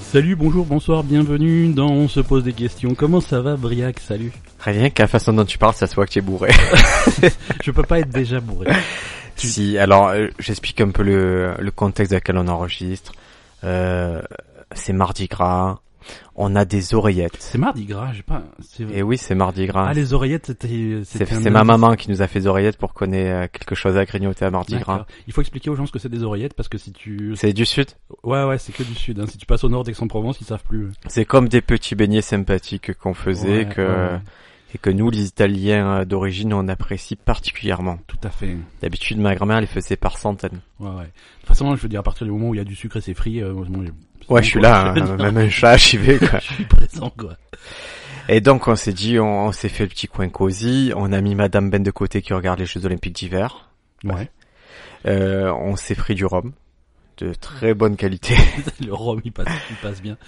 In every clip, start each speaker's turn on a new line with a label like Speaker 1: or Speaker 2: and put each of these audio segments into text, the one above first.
Speaker 1: Salut, bonjour, bonsoir, bienvenue dans On se pose des questions. Comment ça va, Briac Salut.
Speaker 2: Rien qu'à la façon dont tu parles, ça se voit que tu es bourré.
Speaker 1: Je peux pas être déjà bourré. Tu-
Speaker 2: si, alors euh, j'explique un peu le, le contexte dans lequel on enregistre. Euh, c'est Mardi Gras, on a des oreillettes.
Speaker 1: C'est mardi gras, j'ai pas. c'est-
Speaker 2: Et oui, c'est Mardi Gras.
Speaker 1: Ah, les oreillettes, c'était.
Speaker 2: c'est
Speaker 1: c'était un
Speaker 2: c'est ma
Speaker 1: indice.
Speaker 2: maman qui nous a fait des oreillettes pour qu'on ait euh, quelque chose à grignoter à Mardi Gras.
Speaker 1: D'accord. Il faut expliquer aux gens ce que c'est des oreillettes parce que si tu.
Speaker 2: C'est du sud.
Speaker 1: Ouais, ouais, c'est que du sud. hein. Si tu passes au nord d'Aix-en-Provence, ils savent plus.
Speaker 2: C'est comme des petits beignets sympathiques qu'on faisait
Speaker 1: Ouais,
Speaker 2: que,
Speaker 1: ouais,
Speaker 2: et que nous, les Italiens euh, d'origine, on apprécie particulièrement.
Speaker 1: tout à fait.
Speaker 2: D'habitude, ma grand-mère les faisait par centaines.
Speaker 1: Ouais, ouais. De toute façon, je veux dire, à partir du moment où il y a du sucre et c'est frit, euh, moi, je mange- c'est
Speaker 2: Ouais,
Speaker 1: bon,
Speaker 2: je suis
Speaker 1: quoi.
Speaker 2: là, hein, même un chat, j'y vais, quoi.
Speaker 1: Je suis présent, quoi.
Speaker 2: Et donc on s'est dit, on, on s'est fait le petit coin cosy, on a mis Madame Ben de côté qui regarde les Jeux Olympiques d'hiver,
Speaker 1: Ouais.
Speaker 2: Euh, on s'est pris du rhum de très bonne qualité.
Speaker 1: le rhum, il passe, il passe bien.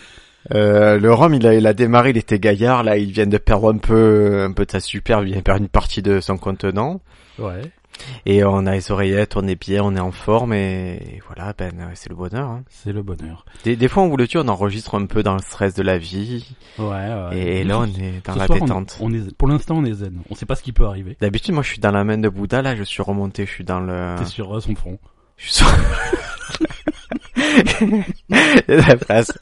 Speaker 2: Euh, le rhum, il a, il a démarré, il était gaillard, là il vient de perdre un peu, un peu de sa superbe, il vient de perdre une partie de son contenant.
Speaker 1: Ouais.
Speaker 2: Et on a les oreillettes, on est bien, on est en forme et, et voilà, ben euh, c'est le bonheur. hein.
Speaker 1: C'est le bonheur.
Speaker 2: Des, des fois on vous le dit, on enregistre un peu dans le stress de la vie
Speaker 1: Ouais, ouais.
Speaker 2: et, et là on est dans
Speaker 1: Ce
Speaker 2: la
Speaker 1: soir, on-
Speaker 2: détente.
Speaker 1: On, est, pour l'instant, on est zen. On sait pas ce qui peut arriver.
Speaker 2: D'habitude moi je suis dans la main de Bouddha, là je suis remonté, je suis dans le...
Speaker 1: T'es sur euh, son front.
Speaker 2: Je suis sûr. Et la phrase.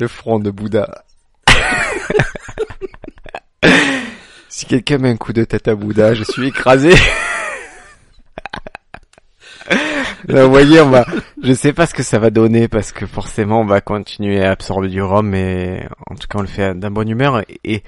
Speaker 2: Le front de Bouddha. si quelqu'un met un coup de tête à Bouddha, je suis écrasé. Là, vous voyez, on va, je sais pas ce que ça va donner parce que forcément on va continuer à absorber du rhum mais en tout cas on le fait d'un bonne humeur et,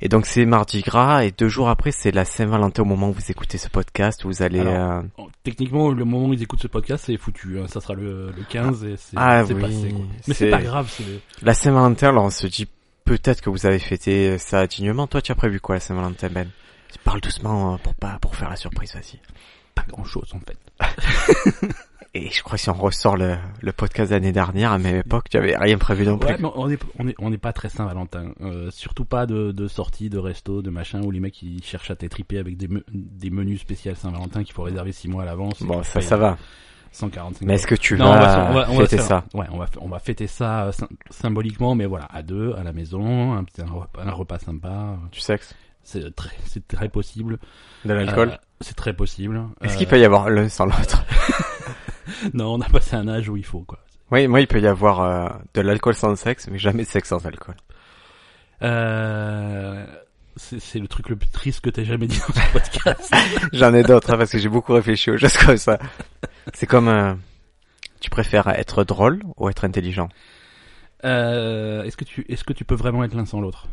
Speaker 2: et donc c'est mardi gras et deux jours après c'est la Saint-Valentin au moment où vous écoutez ce podcast, vous allez,
Speaker 1: Alors,
Speaker 2: euh,
Speaker 1: Oh, Techniquement, le moment où ils écoutent ce podcast, c'est foutu. hein. Ça sera le, le 15 et c'est
Speaker 2: Ah
Speaker 1: c'est
Speaker 2: oui,
Speaker 1: passé. Quoi. Mais c'est
Speaker 2: c'est-
Speaker 1: pas grave. c'est-
Speaker 2: La Saint-Valentin, alors on se dit peut-être que vous avez fêté ça dignement. Toi, tu as prévu quoi la Saint-Valentin, Ben Tu parles doucement hein, pour pas pour faire la surprise, vas-y.
Speaker 1: Pas grand chose en fait.
Speaker 2: Et je crois que si on ressort le, le podcast de l'année dernière, à même époque, tu avais rien prévu non plus.
Speaker 1: Ouais, mais on est on est on n'est pas très Saint Valentin. Euh, surtout pas de, de sorties, de resto, de machin où les mecs ils cherchent à t'étriper avec des, me- des menus spéciaux Saint Valentin qu'il faut réserver six mois à l'avance.
Speaker 2: Bon, ça, ça va.
Speaker 1: 145.
Speaker 2: Mais est-ce que tu
Speaker 1: Non, on va,
Speaker 2: vas
Speaker 1: se- on va- on va
Speaker 2: fêter
Speaker 1: se faire-
Speaker 2: ça
Speaker 1: Ouais, on va, f- on va fêter ça euh, sym- symboliquement, mais voilà, à deux, à la maison, un petit un repas, un repas sympa. euh,
Speaker 2: Du sexe
Speaker 1: C'est très, c'est très possible.
Speaker 2: De l'alcool
Speaker 1: Euh, c'est très possible.
Speaker 2: Est-ce
Speaker 1: Euh,
Speaker 2: qu'il peut y avoir l'un sans l'autre
Speaker 1: Non, on a passé un âge où il faut quoi.
Speaker 2: Oui, moi, il peut y avoir euh, de l'alcool sans le sexe, mais jamais de sexe sans alcool.
Speaker 1: Euh, c'est c'est le truc le plus triste que t'aies jamais dit dans ce podcast.
Speaker 2: J'en ai d'autres, hein, parce que j'ai beaucoup réfléchi aux choses comme ça. C'est comme... euh, tu préfères être drôle ou être intelligent
Speaker 1: euh, est-ce que tu, est-ce que tu peux vraiment être l'un sans l'autre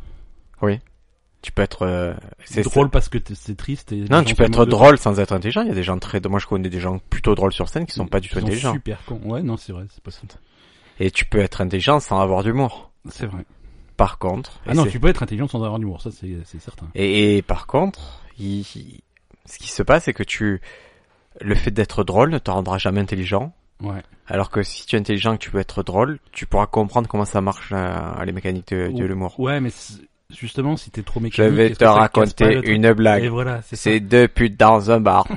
Speaker 2: Tu peux être euh,
Speaker 1: C'est
Speaker 2: c'est
Speaker 1: drôle parce que t'es- c'est triste. Et les
Speaker 2: Non,
Speaker 1: gens
Speaker 2: tu peux
Speaker 1: se
Speaker 2: être
Speaker 1: moquent de-
Speaker 2: drôle sans être intelligent. Il y a des gens très. Moi, je connais des gens plutôt drôles sur scène qui sont pas du
Speaker 1: Ils
Speaker 2: tout intelligents.
Speaker 1: Super con. Ouais, non, c'est vrai, c'est possible.
Speaker 2: Et tu peux être intelligent sans avoir d'humour.
Speaker 1: C'est vrai.
Speaker 2: Par contre.
Speaker 1: Ah
Speaker 2: et
Speaker 1: non,
Speaker 2: c'est-
Speaker 1: tu peux être intelligent sans avoir d'humour, ça c'est c'est certain.
Speaker 2: et, et par contre, il- il- ce qui se passe, c'est que tu, le fait d'être drôle ne te rendra jamais intelligent.
Speaker 1: Ouais.
Speaker 2: Alors que si tu es intelligent, et que tu peux être drôle, tu pourras comprendre comment ça marche euh, les mécaniques de, de
Speaker 1: Ou-
Speaker 2: l'humour.
Speaker 1: Ouais, mais c'est- justement, si t'es trop
Speaker 2: Je
Speaker 1: mécanique...
Speaker 2: vais
Speaker 1: est-ce
Speaker 2: te
Speaker 1: que ça casse pas
Speaker 2: raconter
Speaker 1: le truc
Speaker 2: une
Speaker 1: Et
Speaker 2: blague.
Speaker 1: voilà, c'est ça.
Speaker 2: C'est deux putes dans un bar.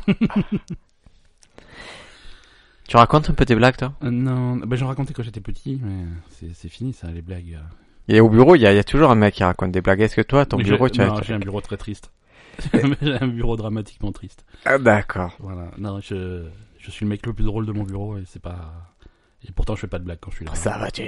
Speaker 2: tu racontes un peu tes blagues, toi
Speaker 1: Euh, Non, bah, j'en racontais quand j'étais petit, mais c'est c'est fini ça, les blagues. euh.
Speaker 2: Et au bureau, il y a, il y a toujours un mec qui raconte des blagues. Est-ce que toi, ton
Speaker 1: Mais
Speaker 2: bureau,
Speaker 1: j'ai-
Speaker 2: tu as...
Speaker 1: Non, j'ai un bureau très triste. j'ai un bureau dramatiquement triste.
Speaker 2: Ah, d'accord.
Speaker 1: Voilà. Non, je, je suis le mec le plus drôle de mon bureau et c'est pas. Et pourtant, je fais pas de blagues quand je suis là.
Speaker 2: Ça va, tu...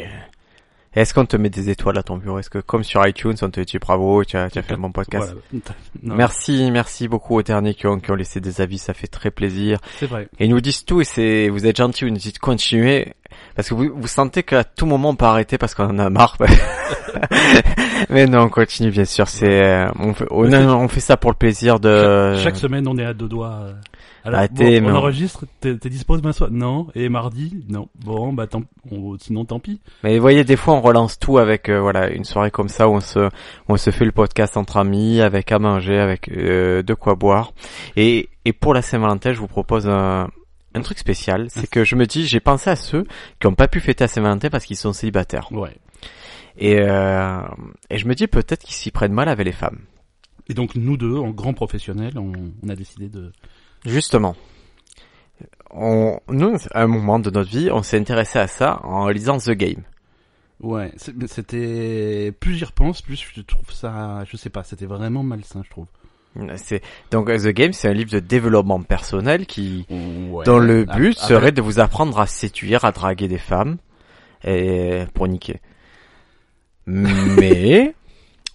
Speaker 2: Est-ce qu'on te met des étoiles à ton bureau Est-ce que, comme sur iTunes, on te dit bravo, tu as, tu as fait un bon podcast
Speaker 1: Voilà. Non,
Speaker 2: Merci, merci beaucoup aux derniers qui ont, qui ont laissé des avis, ça fait très plaisir.
Speaker 1: C'est vrai.
Speaker 2: Et ils nous disent tout, et c'est, vous êtes gentils, vous nous dites continuez, parce que vous, vous sentez qu'à tout moment on peut arrêter parce qu'on en a marre. Mais non, on continue bien sûr. C'est, euh, on fait, on,
Speaker 1: c'est-
Speaker 2: on fait ça pour le plaisir de.
Speaker 1: Chaque semaine, on est à deux doigts. euh, à la-
Speaker 2: Arrêtez,
Speaker 1: bon, on
Speaker 2: mais on-
Speaker 1: enregistre, t'es t'es dispo demain soir Non. Et mardi Non. Bon, bah tant on- sinon tant pis.
Speaker 2: Mais vous voyez, des fois, on relance tout avec euh, voilà une soirée comme ça où on se on se fait le podcast entre amis, avec à manger, avec euh, de quoi boire. Et et pour la Saint-Valentin, je vous propose un un truc spécial, c'est que je me dis, j'ai pensé à ceux qui n'ont pas pu fêter la Saint-Valentin parce qu'ils sont célibataires.
Speaker 1: Ouais.
Speaker 2: Et euh, et je me dis peut-être qu'ils s'y prennent mal avec les femmes.
Speaker 1: Et donc nous deux, en grands professionnels, on, on a décidé de.
Speaker 2: Justement. On, nous, à un moment de notre vie, on s'est intéressé à ça en lisant The Game.
Speaker 1: Ouais, c'est- c'était plus j'y repense, plus je trouve ça, je sais pas, c'était vraiment malsain, je trouve.
Speaker 2: C'est donc euh, The Game, c'est un livre de développement personnel qui,
Speaker 1: Ouais.
Speaker 2: dont le
Speaker 1: Ap-
Speaker 2: but
Speaker 1: après-
Speaker 2: serait de vous apprendre à séduire, à draguer des femmes et pour niquer. Mais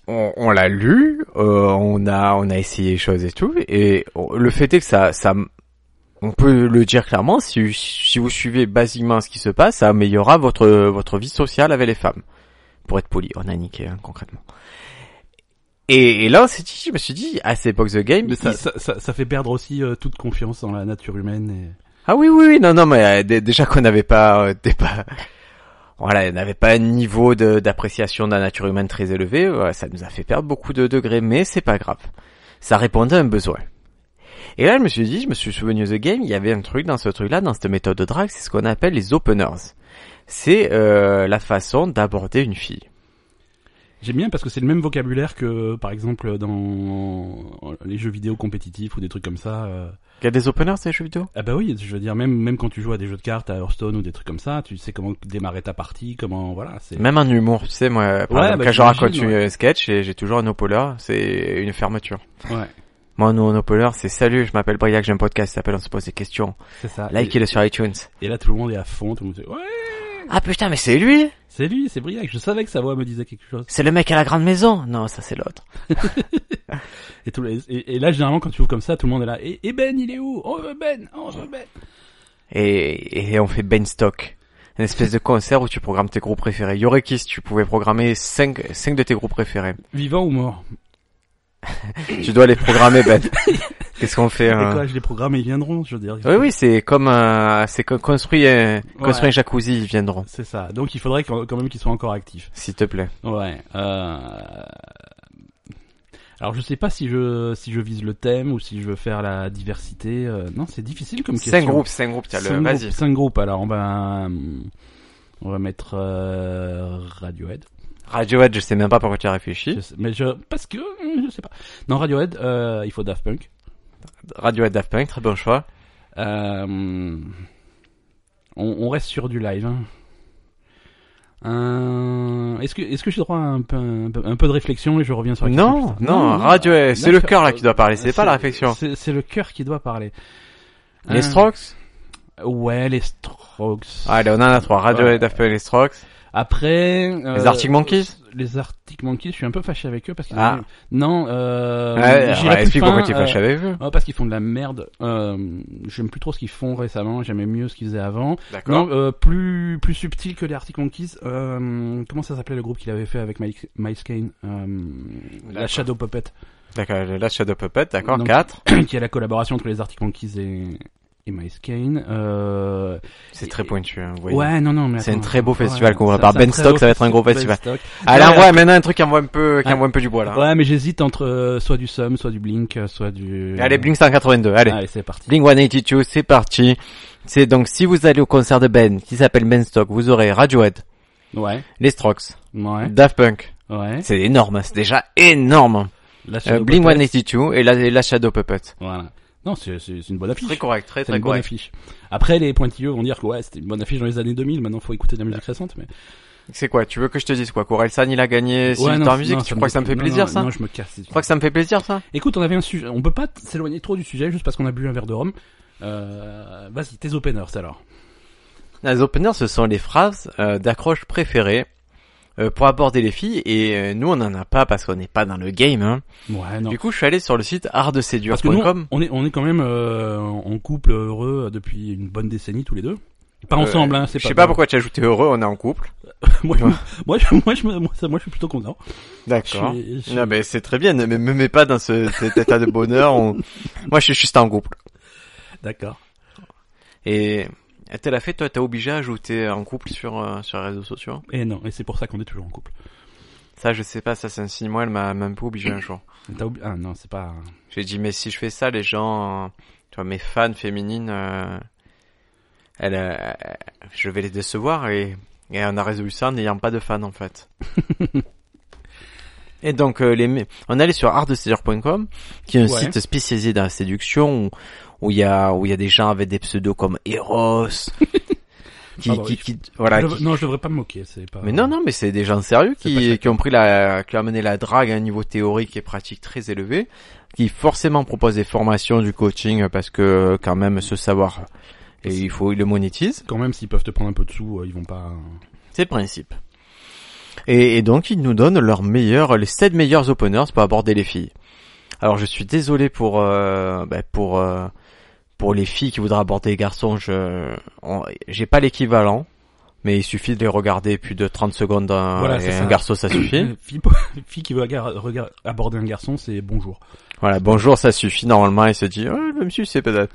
Speaker 2: on, on l'a lu, euh, on a on a essayé les choses et tout, et on- le fait est que ça ça on peut le dire clairement, si, si vous suivez basiquement ce qui se passe, ça améliorera votre votre vie sociale avec les femmes. Pour être poli, on a niqué hein, concrètement. Et, et là, on s'est dit, je me suis dit, à cette époque The Game,
Speaker 1: Mais ça,
Speaker 2: il-
Speaker 1: ça, ça, ça fait perdre aussi euh, toute confiance dans la nature humaine. Et...
Speaker 2: Ah oui, oui, oui, non, non, mais euh, dé- déjà qu'on n'avait pas, euh, des pas, voilà, on n'avait pas un niveau de- d'appréciation de, la nature humaine très élevé, voilà, ça nous a fait perdre beaucoup de degrés, mais c'est pas grave. Ça répondait à un besoin. Et là, je me suis dit, je me suis souvenu de The Game, il y avait un truc dans ce truc-là, dans cette méthode de drague, c'est ce qu'on appelle les openers. C'est euh, la façon d'aborder une fille.
Speaker 1: J'aime bien parce que c'est le même vocabulaire que, par exemple, dans les jeux vidéo compétitifs ou des trucs comme ça. euh,
Speaker 2: Il y a des openers dans les jeux vidéo
Speaker 1: Ah bah oui, je veux dire même même quand tu joues à des jeux de cartes, à Hearthstone ou des trucs comme ça, tu sais comment démarrer ta partie, comment voilà, c'est
Speaker 2: Même en humour, tu sais, moi, par
Speaker 1: Ouais,
Speaker 2: exemple,
Speaker 1: bah,
Speaker 2: quand je
Speaker 1: j'imagine,
Speaker 2: raconte
Speaker 1: ouais.
Speaker 2: un sketch, j'ai j'ai toujours un opener, c'est une fermeture.
Speaker 1: ouais,
Speaker 2: Moi, nous, on opener, c'est salut, je m'appelle Briac, j'ai un podcast qui s'appelle On se pose des questions.
Speaker 1: c'est ça. et,
Speaker 2: Likez-le sur iTunes.
Speaker 1: et là tout le monde est à fond, tout le monde dit, ouais,
Speaker 2: Ah putain, mais c'est lui
Speaker 1: c'est lui, c'est Briac. Je savais que sa voix me disait quelque chose.
Speaker 2: C'est le mec à la grande maison Non, ça c'est l'autre.
Speaker 1: Et, tout, le- et, et là généralement quand tu joues comme ça, tout le monde est là. Et, et Ben, il est où On veut Ben, on veut Ben.
Speaker 2: Et, et on fait Ben Stock. Une espèce de concert où tu programmes tes groupes préférés. Yorekis, tu pouvais programmer 5, cinq de tes groupes préférés.
Speaker 1: Vivant ou mort
Speaker 2: Tu dois les programmer, Ben. Qu'est-ce qu'on fait
Speaker 1: Et
Speaker 2: hein
Speaker 1: quoi, je les programme et ils viendront, je veux dire.
Speaker 2: Oui, oui, c'est comme un... C'est co- construit un... Construit un jacuzzi, ils viendront.
Speaker 1: C'est ça. Donc il faudrait quand quand même qu'ils soient encore actifs.
Speaker 2: S'il te plaît.
Speaker 1: Ouais. Euh... Alors je sais pas si je si je vise le thème ou si je veux faire la diversité. euh, Non, c'est difficile comme question.
Speaker 2: 5 groupes, 5 groupes, tiens,
Speaker 1: Cinq
Speaker 2: le... Vas-y.
Speaker 1: groupes, cinq groupes. Alors on va hum, on va mettre euh, Radiohead.
Speaker 2: Radiohead, je sais même pas pourquoi tu as
Speaker 1: Je
Speaker 2: réfléchi.
Speaker 1: sais- mais je parce que hum, je sais pas. Non Radiohead, euh, il faut Daft Punk.
Speaker 2: Radiohead Daft Punk, très bon choix.
Speaker 1: Euh, hum, on, on reste sur du live. hein. Euh, est-ce que est-ce que j'ai droit à un peu, un peu un peu de réflexion et je reviens sur la question
Speaker 2: Non,
Speaker 1: plus tard
Speaker 2: non, Radiohead, c'est le
Speaker 1: Daft-
Speaker 2: cœur là qui doit parler, c'est pas la
Speaker 1: Ah, C'est-
Speaker 2: réflexion.
Speaker 1: C'est c'est le cœur qui doit parler. Euh,
Speaker 2: Les Strokes Ah.
Speaker 1: Ouais, les Strokes.
Speaker 2: Allez, on en a trois. Radiohead,
Speaker 1: Ouais.
Speaker 2: Daft Punk, les Strokes.
Speaker 1: Après... euh,
Speaker 2: Les Arctic Monkeys
Speaker 1: Les Arctic Monkeys, je suis un peu fâché avec eux parce qu'ils...
Speaker 2: Ah.
Speaker 1: ont- Non, euh...
Speaker 2: Ouais,
Speaker 1: j'irai
Speaker 2: ouais,
Speaker 1: plus
Speaker 2: explique
Speaker 1: fin,
Speaker 2: pourquoi tu es
Speaker 1: euh,
Speaker 2: fâché avec eux.
Speaker 1: oh, parce qu'ils font de la merde. Euh, J'aime plus trop ce qu'ils font récemment. J'aimais mieux ce qu'ils faisaient avant. Non,
Speaker 2: D'accord.
Speaker 1: euh, plus plus subtil que les Arctic Monkeys. Euh, comment ça s'appelait le groupe qu'il avait fait avec Mike, Miles Kane euh, La
Speaker 2: D'accord.
Speaker 1: Shadow Puppet,
Speaker 2: D'accord, la Shadow Puppet, d'accord,
Speaker 1: Non.
Speaker 2: 4.
Speaker 1: qui est la collaboration entre les Arctic Monkeys et, et Miles Kane. Euh,
Speaker 2: C'est très pointu, hein, vous voyez.
Speaker 1: Ouais, non, non, mais
Speaker 2: C'est un
Speaker 1: attends,
Speaker 2: très beau
Speaker 1: attends,
Speaker 2: festival
Speaker 1: ouais,
Speaker 2: qu'on va
Speaker 1: c'est-
Speaker 2: par
Speaker 1: c'est
Speaker 2: Ben
Speaker 1: très
Speaker 2: Stock,
Speaker 1: beau
Speaker 2: ça va être un gros
Speaker 1: Ben
Speaker 2: festival.
Speaker 1: Stock.
Speaker 2: Allez,
Speaker 1: Ouais.
Speaker 2: envoie maintenant un truc qui envoie un peu, qui
Speaker 1: Ouais.
Speaker 2: envoie un peu du bois, là.
Speaker 1: Ouais, mais j'hésite entre euh, soit du Somme, soit du Blink, euh, soit du.
Speaker 2: Allez, Blink 182, allez.
Speaker 1: Allez, c'est parti.
Speaker 2: Blink 182, c'est parti. C'est donc, si vous allez au concert de Ben, qui s'appelle Ben Stock, vous aurez Radiohead,
Speaker 1: Ouais,
Speaker 2: les Strokes,
Speaker 1: ouais,
Speaker 2: Daft Punk.
Speaker 1: ouais.
Speaker 2: C'est énorme, hein, c'est déjà énorme.
Speaker 1: La Shadow
Speaker 2: Euh, Blink
Speaker 1: Puppet.
Speaker 2: 182 et la, et la Shadow Puppet.
Speaker 1: Voilà. Non, c'est c'est- c'est une bonne affiche.
Speaker 2: Très correct, très
Speaker 1: C'est
Speaker 2: très
Speaker 1: une bonne
Speaker 2: correct.
Speaker 1: affiche. Après, les pointilleux vont dire que ouais, c'était une bonne affiche dans les années 2000. Maintenant, faut écouter de la musique récente. Mais
Speaker 2: C'est quoi Tu veux que je te dise quoi San il a gagné 6
Speaker 1: ouais,
Speaker 2: victoires en musique Tu
Speaker 1: me
Speaker 2: crois que ça me fait plaisir
Speaker 1: non,
Speaker 2: ça
Speaker 1: Non, je me casse.
Speaker 2: Tu crois que ça me fait plaisir ça
Speaker 1: Écoute, on avait un sujet. On peut pas t- s'éloigner trop du sujet juste parce qu'on a bu un verre de rhum. Euh, Vas-y, tes openers alors.
Speaker 2: Les openers, ce sont les phrases euh, d'accroche préférées euh, pour aborder les filles et euh, nous on en a pas parce qu'on n'est pas dans le game. Hein.
Speaker 1: Ouais, non.
Speaker 2: Du coup, je suis allé sur le site
Speaker 1: Parce que nous,
Speaker 2: artdeséduire.com.
Speaker 1: on est, on est quand même euh, en couple heureux depuis une bonne décennie tous les deux. Pas
Speaker 2: Euh,
Speaker 1: ensemble, hein, c'est
Speaker 2: Je
Speaker 1: pas.
Speaker 2: sais pas pourquoi tu as ajouté heureux, on est en couple.
Speaker 1: moi, je, moi, je, moi, je, me- moi, ça- moi, je suis plutôt content. Je suis-
Speaker 2: D'accord.
Speaker 1: je suis-
Speaker 2: Non mais c'est très bien, ne me me mets pas dans ce, cet état de bonheur. on- Moi je suis juste en couple.
Speaker 1: D'accord.
Speaker 2: Et t'as la fait, toi t'as obligé à ajouter en couple sur, euh, sur les réseaux sociaux
Speaker 1: Et non, et c'est pour ça qu'on est toujours en couple.
Speaker 2: Ça je sais pas, ça c'est un signe, moi elle m'a même pas obligé un jour.
Speaker 1: T'as oublié- Ah non, c'est pas.
Speaker 2: J'ai dit, mais si je fais ça, les gens, euh, tu vois, mes fans féminines, euh, elles, euh, je vais les décevoir et, et on a résolu ça en n'ayant pas de fans en fait. et donc, euh, les, me- on allait sur artdeseduire.com, qui est un
Speaker 1: Ouais.
Speaker 2: site spécialisé dans la séduction où où il y a où il y a des gens avec des pseudos comme Eros, qui,
Speaker 1: Pardon,
Speaker 2: qui,
Speaker 1: je-
Speaker 2: qui- voilà.
Speaker 1: Je-
Speaker 2: qui-
Speaker 1: Non, je devrais pas me moquer, c'est pas.
Speaker 2: Mais non, non, mais c'est des gens sérieux
Speaker 1: C'est pas ça.
Speaker 2: qui, qui ont pris la, qui ont amené la drague à un niveau théorique et pratique très élevé, qui forcément proposent des formations, du coaching, parce que quand même ce savoir, et il faut, il le monétise.
Speaker 1: Quand même, s'ils peuvent te prendre un peu de sous, euh, ils vont pas.
Speaker 2: C'est le principe. Et, et donc ils nous donnent leurs meilleurs, les 7 meilleurs openers pour aborder les filles. Alors je suis désolé pour, euh, bah, pour, euh, pour les filles qui voudraient aborder les garçons, je, on- j'ai pas l'équivalent. Mais il suffit de les regarder plus de 30 secondes d'un
Speaker 1: Voilà, c'est
Speaker 2: et un
Speaker 1: ça.
Speaker 2: garçon, ça suffit.
Speaker 1: Une Fille, fille qui veut agar- regar- aborder un garçon, c'est bonjour.
Speaker 2: Voilà, bonjour, ça suffit normalement. Il se dit, oh, le monsieur, c'est peut-être.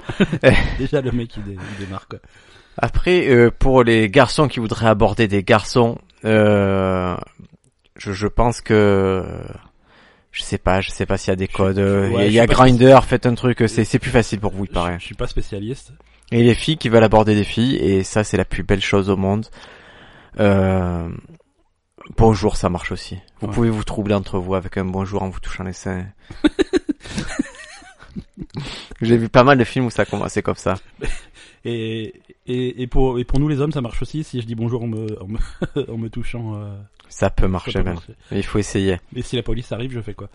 Speaker 1: Déjà, le mec, il, dé- il démarre, quoi.
Speaker 2: Après, euh, pour les garçons qui voudraient aborder des garçons, euh, je, je pense que je sais pas, je sais pas s'il y a des
Speaker 1: Je-
Speaker 2: codes. euh, Il y a-
Speaker 1: ouais,
Speaker 2: il y,
Speaker 1: je
Speaker 2: a
Speaker 1: sais pas
Speaker 2: Grinder, faites un truc. C'est c'est plus facile pour vous, il paraît.
Speaker 1: Je, je suis pas spécialiste.
Speaker 2: Et les filles qui veulent aborder des filles, et ça, c'est la plus belle chose au monde. Euh, bonjour, ça marche aussi. Vous
Speaker 1: Ouais.
Speaker 2: pouvez vous troubler entre vous avec un bonjour en vous touchant les seins. J'ai vu pas mal de films où ça commençait comme ça.
Speaker 1: Et, et, et pour, et pour nous les hommes, ça marche aussi si je dis bonjour en me, en me, en me touchant. euh,
Speaker 2: Ça peut
Speaker 1: ça
Speaker 2: marcher
Speaker 1: peut
Speaker 2: même.
Speaker 1: marcher.
Speaker 2: Il faut essayer.
Speaker 1: Mais si la police arrive, je fais quoi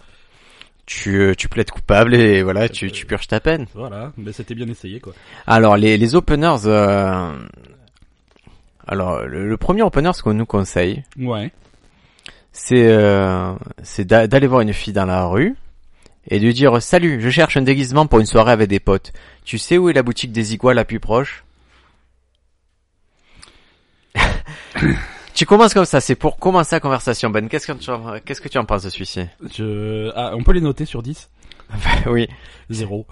Speaker 2: Tu, euh, tu plaides coupable et voilà, tu, tu purges ta peine.
Speaker 1: Voilà, mais c'était bien essayé, quoi.
Speaker 2: Alors, les, les openers... euh, Alors, le, le premier opener, ce qu'on nous conseille,
Speaker 1: Ouais.
Speaker 2: c'est euh, c'est d'a- d'aller voir une fille dans la rue et de lui dire salut, je cherche un déguisement pour une soirée avec des potes. Tu sais où est la boutique des Igua la plus proche Tu commences comme ça, c'est pour commencer la conversation. Ben, qu'est-ce que tu en, qu'est-ce que tu en penses de celui-ci
Speaker 1: Je... Ah, on peut les noter sur 10
Speaker 2: Oui.
Speaker 1: Zéro.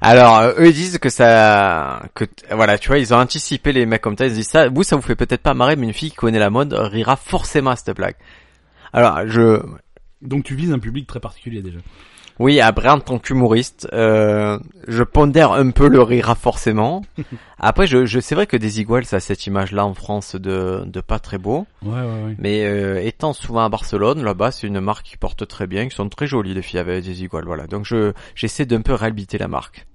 Speaker 2: Alors euh, eux ils disent que ça, que t- voilà, tu vois, ils ont anticipé les mecs comme ça. Ils se disent ça, vous ça vous fait peut-être pas marrer, mais une fille qui connaît la mode rira forcément à cette blague. Alors je,
Speaker 1: Donc tu vises un public très particulier déjà.
Speaker 2: Oui, après en tant qu'humoriste, euh, je pondère un peu le rire forcément. Après, je, je c'est vrai que des iguales, ça a cette image-là en France de, de pas très beau.
Speaker 1: Ouais, ouais, ouais.
Speaker 2: Mais euh, étant souvent à Barcelone, là-bas, c'est une marque qui porte très bien, qui sont très jolies les filles avec des iguales, voilà. Donc je j'essaie d'un peu réhabiliter la marque.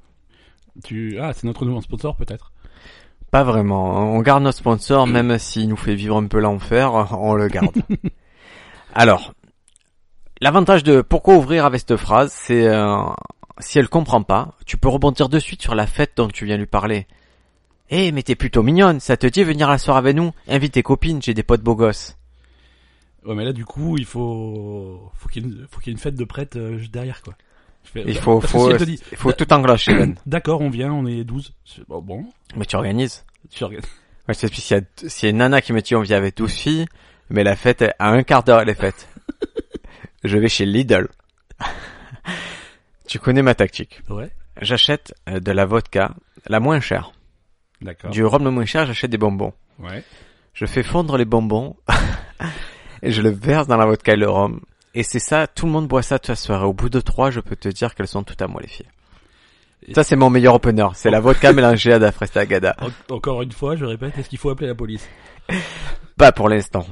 Speaker 1: Tu... Ah, c'est notre nouveau sponsor peut-être
Speaker 2: Pas vraiment. On garde notre sponsor, même s'il nous fait vivre un peu l'enfer, on le garde. Alors, l'avantage de pourquoi ouvrir avec cette phrase, c'est euh, si elle comprend pas, tu peux rebondir de suite sur la fête dont tu viens lui parler. Eh, mais t'es plutôt mignonne, ça te dit de venir la soirée avec nous Invite tes copines, j'ai des potes beaux gosses.
Speaker 1: Ouais, mais là du coup, il faut, faut qu'il y, ait une- faut qu'il y ait une fête de prête euh, juste derrière, quoi. Je fais-
Speaker 2: Il faut,
Speaker 1: Parce que
Speaker 2: faut,
Speaker 1: si elle te dit,
Speaker 2: faut tout englocher. Ben.
Speaker 1: d'accord, on vient, on est 12. C'est- Bon, bon.
Speaker 2: Mais tu organises.
Speaker 1: Tu regardes-
Speaker 2: Ouais, c'est s'il y a, s'il y a une nana qui me dit on vient avec 12 filles, mais la fête, est- à un quart d'heure, elle est faite. je vais chez Lidl. tu connais ma tactique.
Speaker 1: Ouais.
Speaker 2: J'achète euh, de la vodka, la moins chère.
Speaker 1: D'accord.
Speaker 2: Du rhum le moins cher, j'achète des bonbons.
Speaker 1: Ouais.
Speaker 2: Je fais fondre les bonbons et je le verse dans la vodka et le rhum. Et c'est ça, tout le monde boit ça toute la soirée. Au bout de trois, je peux te dire qu'elles sont toutes à moi, les filles.
Speaker 1: Et-
Speaker 2: Ça, c'est mon meilleur opener. C'est la vodka mélangée à de la frestagada.
Speaker 1: En- encore une fois, je répète, est-ce qu'il faut appeler la police
Speaker 2: Pas pour l'instant.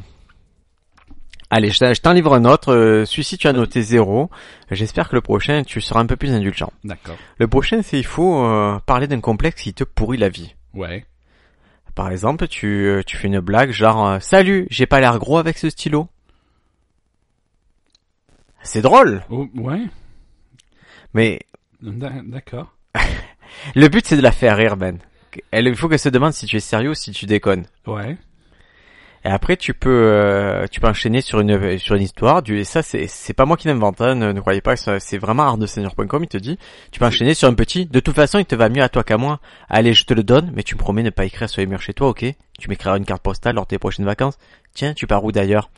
Speaker 2: Allez, je t'en- je t'en livre un autre. Euh, Celui-ci, tu as noté zéro. J'espère que le prochain, tu seras un peu plus indulgent.
Speaker 1: D'accord.
Speaker 2: Le prochain, c'est il faut euh, parler d'un complexe qui te pourrit la vie.
Speaker 1: Ouais.
Speaker 2: Par exemple, tu, euh, tu fais une blague genre euh, Salut, j'ai pas l'air gros avec ce stylo ». C'est drôle,
Speaker 1: Oh, ouais.
Speaker 2: mais
Speaker 1: D'a- D'accord.
Speaker 2: le but, c'est de la faire rire, Ben. Elle, il faut qu'elle se demande si tu es sérieux ou si tu déconnes.
Speaker 1: Ouais.
Speaker 2: Et après, tu peux, euh, tu peux enchaîner sur une sur une histoire. Du, et ça, c'est c'est pas moi qui l'invente. hein, ne, ne croyez pas que ça- c'est vraiment artdeseigneur.com. Il te dit, tu peux enchaîner sur un petit. De toute façon, il te va mieux à toi qu'à moi. Allez, je te le donne, mais tu me promets ne pas écrire sur les murs chez toi, ok Tu m'écriras une carte postale lors de tes prochaines vacances. Tiens, tu pars où d'ailleurs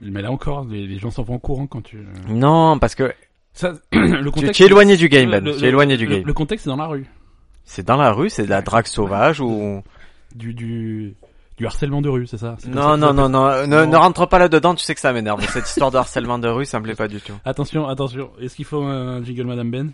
Speaker 1: Mais là encore, les, les gens s'en vont en courant quand tu.
Speaker 2: Non, parce que
Speaker 1: Ça, le
Speaker 2: tu,
Speaker 1: Mmh. contexte.
Speaker 2: tu es éloigné du game, Ben.
Speaker 1: le-
Speaker 2: tu
Speaker 1: le-
Speaker 2: es éloigné du
Speaker 1: le-
Speaker 2: game.
Speaker 1: le contexte, c'est dans la rue.
Speaker 2: C'est dans la rue, c'est de la drague sauvage ou
Speaker 1: du, du, du harcèlement de rue, c'est ça C'est comme ça que
Speaker 2: non,
Speaker 1: ça
Speaker 2: non, non,
Speaker 1: s'appelle
Speaker 2: non, ne,
Speaker 1: Non.
Speaker 2: ne rentre pas là-dedans. Tu sais que ça m'énerve. Cette histoire de harcèlement de rue, ça me plaît pas du tout.
Speaker 1: Attention, attention. Est-ce qu'il faut un jingle Madame Ben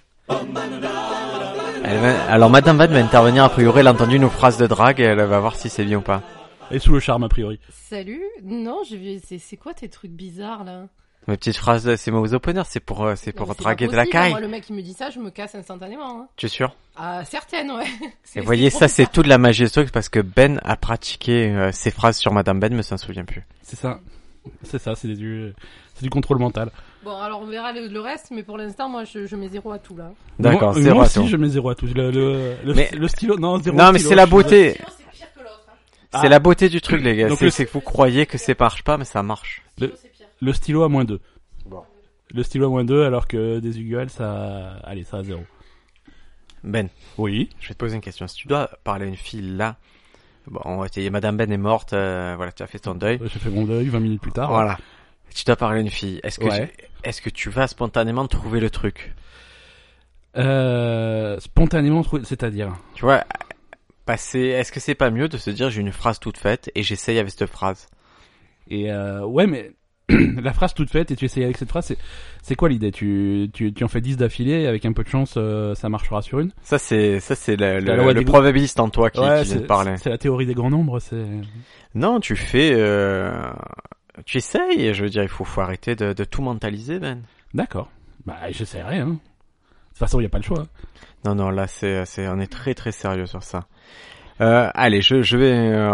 Speaker 2: Elle va- Alors Madame Van va intervenir, a priori elle a entendu nos phrases de drague et elle va voir si c'est bien ou pas.
Speaker 1: Et sous le charme, a priori.
Speaker 3: Salut. Non, je vais- c'est c'est quoi tes trucs bizarres là
Speaker 2: Mes petites phrases, là, c'est mauvais opener, c'est pour, euh, c'est
Speaker 3: Non,
Speaker 2: pour
Speaker 3: mais c'est
Speaker 2: draguer
Speaker 3: pas
Speaker 2: de la
Speaker 3: possible, hein.
Speaker 2: caille.
Speaker 3: Moi, le mec qui me dit ça, je me casse instantanément. Hein.
Speaker 2: Tu es sûr
Speaker 3: Ah, certaines, ouais. C'est-
Speaker 2: Et voyez,
Speaker 3: c'est
Speaker 2: ça,
Speaker 3: trop
Speaker 2: c'est toute la magie de ce truc, parce que Ben a pratiqué euh, ses phrases sur Madame Ben, mais ça ne se souvient plus.
Speaker 1: C'est ça. C'est ça, c'est du, c'est du contrôle mental.
Speaker 3: Bon, alors on verra le, le reste, mais pour l'instant, moi, je, je mets zéro à tout là.
Speaker 2: D'accord,
Speaker 1: euh, moi,
Speaker 2: zéro
Speaker 1: moi
Speaker 2: à
Speaker 1: aussi,
Speaker 2: tout.
Speaker 1: je mets zéro à tout. Le, le, le,
Speaker 2: Mais-
Speaker 1: le stylo, non, zéro
Speaker 2: Non, mais
Speaker 1: stylo,
Speaker 2: c'est la
Speaker 1: je suis désolé.
Speaker 2: beauté.
Speaker 3: Ah, c'est pire que l'autre. hein.
Speaker 2: C'est la beauté du truc, les gars.
Speaker 1: Donc
Speaker 2: C'est
Speaker 1: le-
Speaker 2: c'est que vous croyez que ça marche pas, mais ça marche.
Speaker 1: Le- Le stylo à moins 2.
Speaker 2: Bon.
Speaker 1: Le stylo à moins 2, alors que des uguels, ça, allez, ça à zéro.
Speaker 2: Ben,
Speaker 1: Oui.
Speaker 2: je vais te poser une question. Si tu dois parler à une fille là, bon, on va essayer- Madame Ben est morte, euh, voilà, tu as fait ton deuil.
Speaker 1: J'ai fait mon deuil 20 minutes plus tard.
Speaker 2: Voilà. Tu dois parler à une fille. Est-ce que,
Speaker 1: Ah. Ouais.
Speaker 2: tu- est-ce que tu vas spontanément trouver le truc
Speaker 1: Euh, spontanément, trou- c'est-à-dire.
Speaker 2: Tu vois, passer. Est-ce que c'est pas mieux de se dire j'ai une phrase toute faite et j'essaye avec cette phrase
Speaker 1: Et euh, ouais, mais la phrase toute faite et tu essayes avec cette phrase, c'est, c'est quoi l'idée tu, tu, tu en fais 10 d'affilée, avec un peu de chance, euh, ça marchera sur une.
Speaker 2: Ça c'est ça c'est le,
Speaker 1: la
Speaker 2: le,
Speaker 1: loi
Speaker 2: le
Speaker 1: des-
Speaker 2: probabiliste en toi qui, qui vient
Speaker 1: c'est,
Speaker 2: de parler.
Speaker 1: c'est la théorie des grands nombres, c'est.
Speaker 2: Non, tu fais. euh, Tu essayes. Je veux dire, il faut, faut arrêter de, de tout mentaliser, Ben.
Speaker 1: D'accord. Bah, j'essaierai, hein. De toute façon, il n'y a pas le choix.
Speaker 2: Non, non, là, c'est, c'est, on est très, très sérieux sur ça. Euh, allez, je, je vais, euh,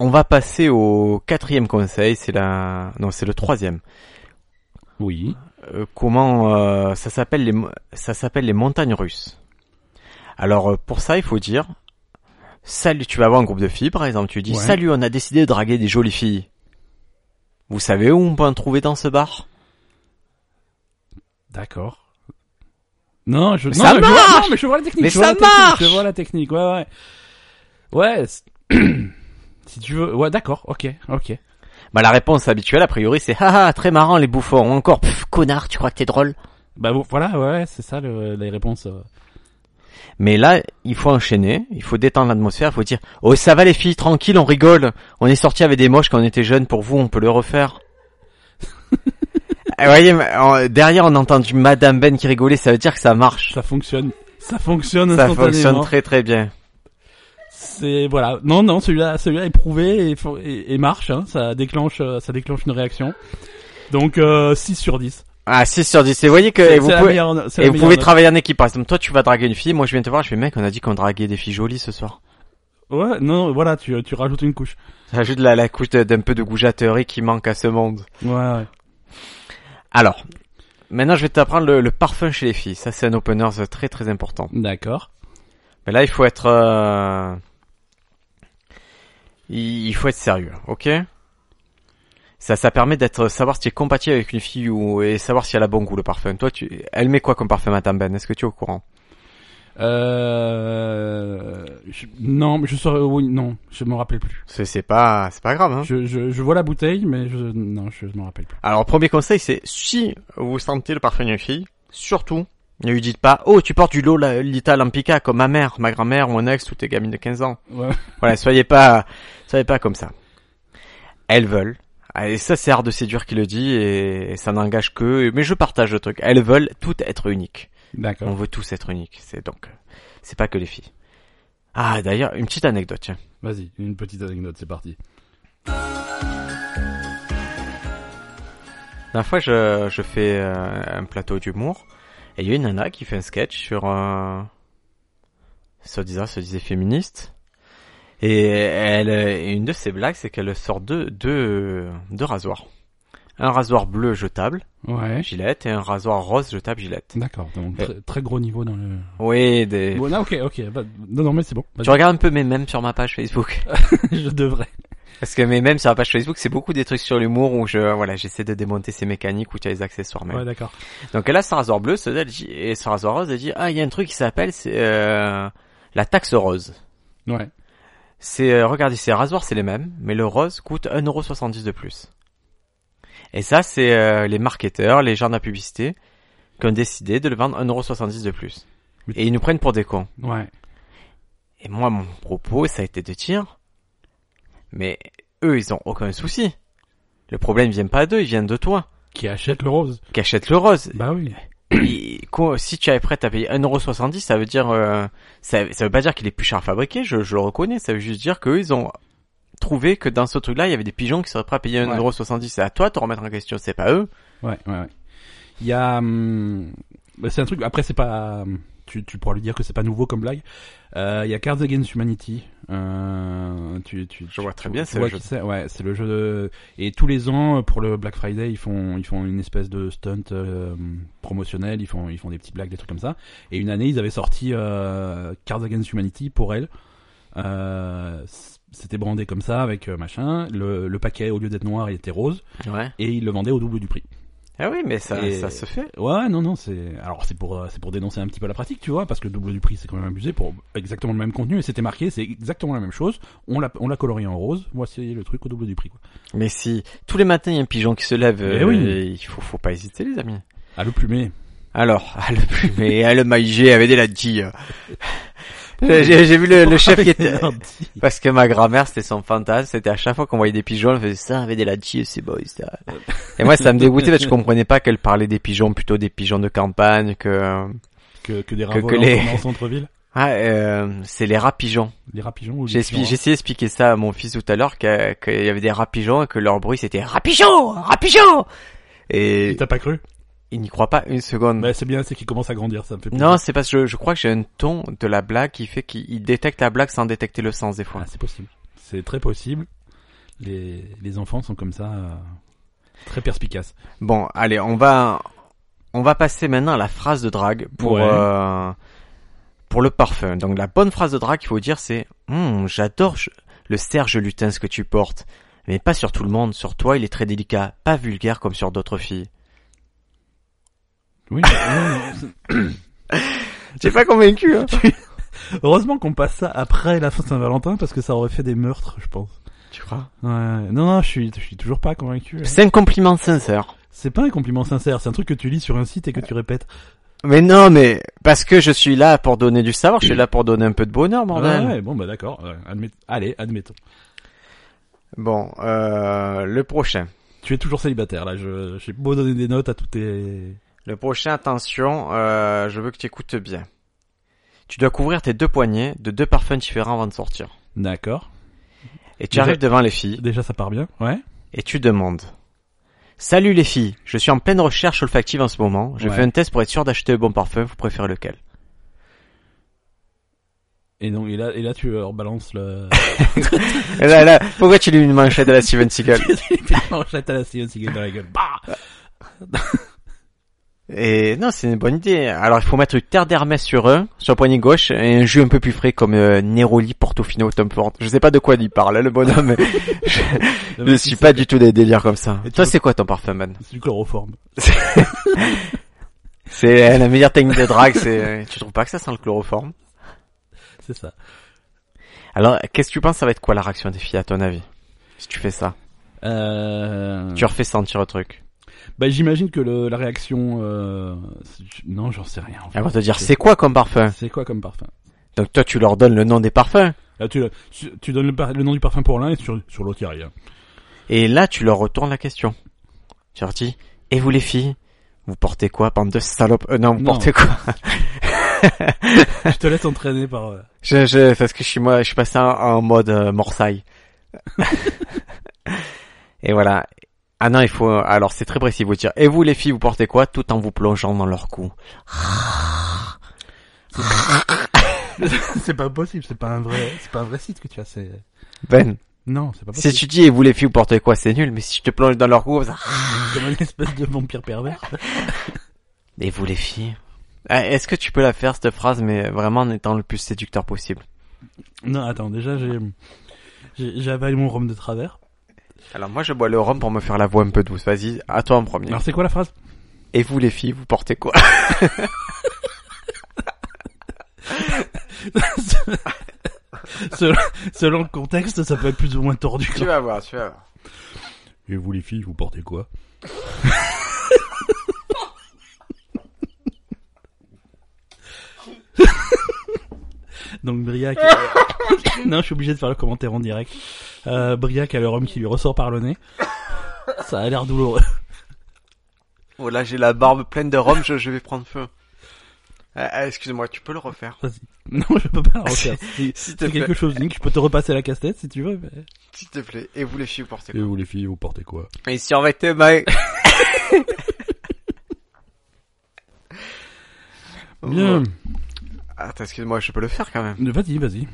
Speaker 2: on va passer au quatrième conseil. C'est la, non, c'est le troisième.
Speaker 1: Oui.
Speaker 2: Euh, comment euh, ça s'appelle les, mo- ça s'appelle les montagnes russes. Alors euh, pour ça, il faut dire, salut. Tu vas voir un groupe de filles, par exemple. Tu dis,
Speaker 1: Ouais.
Speaker 2: salut, on a décidé de draguer des jolies filles. Vous savez où on peut en trouver dans ce bar
Speaker 1: D'accord. Non, je,
Speaker 2: Mais
Speaker 1: non,
Speaker 2: ça
Speaker 1: mais je vois-
Speaker 2: marche
Speaker 1: non, mais je vois la technique.
Speaker 2: Mais
Speaker 1: je vois
Speaker 2: ça
Speaker 1: la technique,
Speaker 2: marche
Speaker 1: Je vois la technique, ouais, ouais. Ouais, c'est- si tu veux, ouais, d'accord, ok, ok.
Speaker 2: Bah la réponse habituelle, a priori, c'est, ah, ah, très marrant les bouffons. Ou encore, pff, connard, tu crois que t'es drôle
Speaker 1: Bah vo- voilà, ouais, c'est ça le, les réponses. euh.
Speaker 2: Mais là, il faut enchaîner, il faut détendre l'atmosphère, il faut dire « Oh ça va les filles, tranquille, on rigole, on est sortis avec des moches quand on était jeunes, pour vous on peut le refaire. » Vous voyez, mais, en- derrière on a entendu Madame Ben qui rigolait, ça veut dire que ça marche.
Speaker 1: Ça fonctionne, ça fonctionne
Speaker 2: Ça fonctionne
Speaker 1: instantanément.
Speaker 2: très très bien.
Speaker 1: C'est voilà, non, non, celui-là, celui-là est prouvé et, fo- et, et marche. Hein, ça déclenche, euh, ça déclenche une réaction. Donc euh, 6 sur 10.
Speaker 2: Ah 6 sur 10, et vous voyez que
Speaker 1: C'est-
Speaker 2: et vous
Speaker 1: c'est la
Speaker 2: pouvez,
Speaker 1: meilleure- c'est
Speaker 2: et
Speaker 1: la
Speaker 2: vous
Speaker 1: meilleure
Speaker 2: pouvez
Speaker 1: note.
Speaker 2: travailler en équipe. Par exemple, toi tu vas draguer une fille, moi je viens te voir, je fais « Mec, on a dit qu'on draguait des filles jolies ce soir.
Speaker 1: Ouais, non, voilà, tu, tu rajoutes une couche. »
Speaker 2: Ça ajoute la, la couche de- d'un peu de goujaterie qui manque à ce monde.
Speaker 1: Ouais, ouais.
Speaker 2: Alors, maintenant je vais t'apprendre le, le parfum chez les filles. Ça c'est un opener c'est très très important.
Speaker 1: d'accord.
Speaker 2: Mais là, il faut être, euh, il il faut être sérieux, ok Ça, ça permet d'être savoir si tu es compatible avec une fille ou et savoir si elle a bon goût le parfum. Toi, tu, elle met quoi comme parfum, Madame Ben Est-ce que tu es au courant
Speaker 1: Euh... je- Non, mais je saurais... Oui, non, je me rappelle plus.
Speaker 2: C'est c'est pas, c'est pas grave. Hein
Speaker 1: Je, je, je vois la bouteille, mais je... Non, je me rappelle plus.
Speaker 2: Alors, premier conseil, c'est si vous sentez le parfum d'une fille, surtout. Ne lui dites pas, oh, tu portes du Lola- Lolita Lampica comme ma mère, ma grand-mère, mon ex, toutes tes gamines de 15 ans.
Speaker 1: Ouais.
Speaker 2: Voilà, soyez pas, soyez pas comme ça. Elles veulent. Ah, Et ça, c'est Art de Séduire qui le dit, et ça n'engage que, mais je partage le truc. Elles veulent toutes être uniques. On
Speaker 1: D'accord.
Speaker 2: veut tous être uniques. C'est donc, c'est pas que les filles. Ah, d'ailleurs, une petite anecdote, tiens.
Speaker 1: Vas-y, une petite anecdote, c'est parti.
Speaker 2: La fois, je, je fais euh, un plateau d'humour, et il y a une nana qui fait un sketch sur un... Se disant, se disait féministe. Et elle, euh, et une de ses blagues, c'est qu'elle sort deux, deux, deux rasoirs. Un rasoir bleu jetable,
Speaker 1: Ouais.
Speaker 2: gilette, et un rasoir rose jetable gilette.
Speaker 1: D'accord, donc Eh.
Speaker 2: Euh.
Speaker 1: très, très gros niveau dans le...
Speaker 2: Oui, des...
Speaker 1: Bon, non, ok, ok. bah, non, non, mais c'est bon. Vas-y.
Speaker 2: Tu regardes un peu mes mèmes sur ma page Facebook.
Speaker 1: je devrais.
Speaker 2: Parce que mes mèmes sur ma page Facebook, c'est beaucoup des trucs sur l'humour où je, voilà, j'essaie de démonter ces mécaniques où tu as les accessoires même.
Speaker 1: Ouais, d'accord.
Speaker 2: Donc elle a son rasoir bleu, celle-là, elle dit- et son rasoir rose, elle dit ah il y a un truc qui s'appelle c'est euh, la taxe rose.
Speaker 1: Ouais.
Speaker 2: C'est euh, regardez ces rasoirs c'est les mêmes, mais le rose coûte 1,70€ de plus. Et ça c'est euh, les marketeurs, les gens de la publicité qui ont décidé de le vendre 1,70€ de plus.
Speaker 1: Mais-
Speaker 2: Et ils nous prennent pour des cons.
Speaker 1: Ouais.
Speaker 2: Et moi mon propos ça a été de dire mais eux ils ont aucun souci. Le problème vient pas d'eux, il vient de toi
Speaker 1: Qui achète le rose
Speaker 2: qui achète le rose.
Speaker 1: Bah oui.
Speaker 2: Et quoi, si tu es prêt à payer 1,70€, ça veut dire, euh, ça, ça veut pas dire qu'il est plus cher à fabriquer, je, je le reconnais, ça veut juste dire qu'eux, ils ont trouvé que dans ce truc-là, il y avait des pigeons qui seraient prêts à payer
Speaker 1: Ouais.
Speaker 2: 1,70€. C'est à toi de te remettre en question, c'est pas eux.
Speaker 1: Ouais, ouais, ouais. Il y a, hum, bah, c'est un truc. Après, c'est pas. hum, Tu, tu pourras lui dire que c'est pas nouveau comme blague. Euh, Il y a Cards Against Humanity. Euh, tu, tu,
Speaker 2: Je vois très
Speaker 1: tu-
Speaker 2: bien,
Speaker 1: tu
Speaker 2: c'est
Speaker 1: vois
Speaker 2: le jeu.
Speaker 1: qui c'est. Ouais, c'est le jeu de. Et tous les ans pour le Black Friday, ils font, ils font une espèce de stunt euh, promotionnel. Ils font, ils font des petites blagues, des trucs comme ça. Et une année, ils avaient sorti euh, Cards Against Humanity pour elle. Euh, c'était brandé comme ça avec euh, machin. Le, le paquet au lieu d'être noir, il était rose
Speaker 2: Ouais.
Speaker 1: et ils le vendaient au double du prix.
Speaker 2: Ah oui, mais ça,
Speaker 1: Et-
Speaker 2: ça se fait.
Speaker 1: Ouais, non, non, c'est. Alors, c'est pour, euh, c'est pour dénoncer un petit peu la pratique, tu vois, parce que le double du prix, c'est quand même abusé pour exactement le même contenu, et c'était marqué, c'est exactement la même chose. On l'a, on l'a colorié en rose, voici le truc au double du prix, quoi.
Speaker 2: Mais si tous les matins il y a un pigeon qui se lève,
Speaker 1: Eh
Speaker 2: euh,
Speaker 1: oui.
Speaker 2: il faut, faut pas hésiter, les amis.
Speaker 1: Ah, le plumet.
Speaker 2: Alors, ah, le plumet, ah, le maïgé avec des lentilles. J'ai j'ai vu le,
Speaker 1: Ah,
Speaker 2: le chef qui était... Parce que ma grand-mère, c'était son fantasme, c'était à chaque fois qu'on voyait des pigeons, elle faisait ça avec des lentilles, c'est boy, ça. Et moi, ça me dégoûtait parce que je comprenais pas qu'elle parlait des pigeons, plutôt des pigeons de campagne, que...
Speaker 1: que, que des rats
Speaker 2: que
Speaker 1: volants
Speaker 2: les-
Speaker 1: qu'on a en centre-ville.
Speaker 2: Ah, euh, c'est les rats pigeons.
Speaker 1: Les rats pigeons ou les
Speaker 2: J'ai
Speaker 1: pigeons
Speaker 2: expli- j'ai essayé d'expliquer ça à mon fils tout à l'heure, qu'a- qu'il y avait des rats pigeons et que leur bruit c'était rats pigeons, rats pigeons
Speaker 1: rats
Speaker 2: Et
Speaker 1: T'as pas cru
Speaker 2: il n'y croit pas une seconde.
Speaker 1: Bah, c'est bien, c'est qu'ils commencent à grandir, ça me fait plaisir.
Speaker 2: Non, c'est parce que je, je crois que j'ai un ton de la blague qui fait qu'il il détecte la blague sans détecter le sens des fois.
Speaker 1: Ah, c'est possible. C'est très possible. Les, les enfants sont comme ça, euh, très perspicaces.
Speaker 2: Bon, allez, on va on va passer maintenant à la phrase de drague pour
Speaker 1: Ouais.
Speaker 2: euh, pour le parfum. Donc la bonne phrase de drague qu'il faut dire c'est Hum, j'adore je- le serge lutin ce que tu portes, mais pas sur tout le monde, sur toi il est très délicat, pas vulgaire comme sur d'autres filles.
Speaker 1: Oui. non, non,
Speaker 2: J'ai pas convaincu. Hein.
Speaker 1: Heureusement qu'on passe ça après la fin de Saint-Valentin parce que ça aurait fait des meurtres, je pense.
Speaker 2: tu crois
Speaker 1: Ouais, ouais. non, non, je suis, je suis toujours pas convaincu. hein.
Speaker 2: C'est un compliment sincère.
Speaker 1: C'est pas un compliment sincère, c'est un truc que tu lis sur un site et que tu répètes.
Speaker 2: Mais non, mais parce que je suis là pour donner du savoir, je suis là pour donner un peu de bonheur, bordel.
Speaker 1: ouais, bon, bah d'accord. ouais, admet- Allez, admettons.
Speaker 2: Bon, euh, le prochain.
Speaker 1: Tu es toujours célibataire, là. Je, j'ai beau donner des notes à tous tes...
Speaker 2: Le prochain, attention, euh, je veux que tu écoutes bien. Tu dois couvrir tes deux poignets de deux parfums différents avant de sortir.
Speaker 1: D'accord.
Speaker 2: Et tu
Speaker 1: Déjà-
Speaker 2: arrives devant les filles
Speaker 1: Déjà, ça part bien. Ouais.
Speaker 2: et tu demandes. Salut les filles, je suis en pleine recherche olfactive en ce moment. Je
Speaker 1: Ouais.
Speaker 2: fais un test pour être sûr d'acheter le bon parfum. Vous préférez lequel
Speaker 1: Et donc, et là, et là, tu leur balances le...
Speaker 2: Et là, là, pourquoi tu lui mets une manchette à la Steven Seagal
Speaker 1: manchette à la Steven Seagal dans la gueule. Bah
Speaker 2: Et non, c'est une bonne idée. Alors, il faut mettre une terre d'Hermès sur eux, sur le poignet gauche, et un jus un peu plus frais comme euh, Neroli, Portofino, Tom Ford. Je sais pas de quoi il parle, hein, le bonhomme. mais je, je
Speaker 1: Non,
Speaker 2: suis
Speaker 1: c'est-
Speaker 2: pas du tout des délires comme ça.
Speaker 1: Et tu
Speaker 2: Toi,
Speaker 1: peux-
Speaker 2: c'est quoi ton parfum, man
Speaker 1: C'est du chloroforme.
Speaker 2: C'est euh, la meilleure technique de drague, c'est... euh, Tu trouves pas que ça sent le chloroforme
Speaker 1: C'est ça.
Speaker 2: Alors, qu'est-ce que tu penses, ça va être quoi la réaction des filles, à ton avis Si tu fais ça,
Speaker 1: Euh...
Speaker 2: tu refais sentir le truc.
Speaker 1: Bah, j'imagine que le, la réaction... Euh... c'est- Non, j'en sais rien. en fait.
Speaker 2: Elles vont Ah, te dire, c'est quoi comme parfum
Speaker 1: C'est quoi comme parfum
Speaker 2: Donc toi, tu leur donnes le nom des parfums.
Speaker 1: Là, tu, tu- tu donnes le, par- le nom du parfum pour l'un et sur, sur l'autre, il y a rien.
Speaker 2: Et là, tu leur retournes la question. Tu leur dis, et vous les filles, vous portez quoi, bande de salopes Euh, Non, vous
Speaker 1: Non.
Speaker 2: portez quoi
Speaker 1: Je te laisse entraîner par... euh,
Speaker 2: je, je, Parce que je suis, moi, je suis passé en, en mode euh, morsaille. et voilà. Ah non, il faut... Alors, c'est très précis, vous dire, et vous les filles, vous portez quoi Tout en vous plongeant dans leur cou.
Speaker 1: c'est pas possible, c'est pas un vrai, c'est pas un vrai site que tu as. C'est
Speaker 2: Ben,
Speaker 1: non, c'est pas possible.
Speaker 2: si tu dis, et vous les filles, vous portez quoi C'est nul, mais si je te plonge dans leur cou, ça...
Speaker 1: Comme une espèce de vampire pervers.
Speaker 2: Et vous les filles Ah, Est-ce que tu peux la faire, cette phrase, mais vraiment en étant le plus séducteur possible
Speaker 1: Non, attends, déjà j'ai, j'ai j'ai avalé mon rhum de travers.
Speaker 2: Alors moi je bois le rhum pour me faire la voix un peu douce. Vas-y, à toi en premier.
Speaker 1: Alors c'est quoi la phrase
Speaker 2: Et vous les filles, vous portez quoi
Speaker 1: selon, selon le contexte, ça peut être plus ou moins tordu.
Speaker 2: Tu vas voir, tu vas voir.
Speaker 1: Et vous les filles, vous portez quoi Donc Briac... non, je suis obligé de faire le commentaire en direct. Euh, Briac a le rhum qui lui ressort par le nez. Ça a l'air douloureux.
Speaker 2: Oh là j'ai la barbe pleine de rhum, je, je vais prendre feu. Euh, euh, Excuse-moi, tu peux le refaire
Speaker 1: Vas-y. Non, je peux pas la refaire. C'est
Speaker 2: S'il te
Speaker 1: c'est
Speaker 2: plaît.
Speaker 1: quelque chose, Nick. Je peux te repasser la casse-tête si tu veux. mais-
Speaker 2: S'il te plaît. Et vous les filles, vous portez
Speaker 1: Et
Speaker 2: quoi
Speaker 1: vous les filles, vous portez quoi
Speaker 2: Et surveille tes mains.
Speaker 1: Bien.
Speaker 2: Oh, Attends, excuse-moi, je peux le faire quand même.
Speaker 1: Vas-y, vas-y.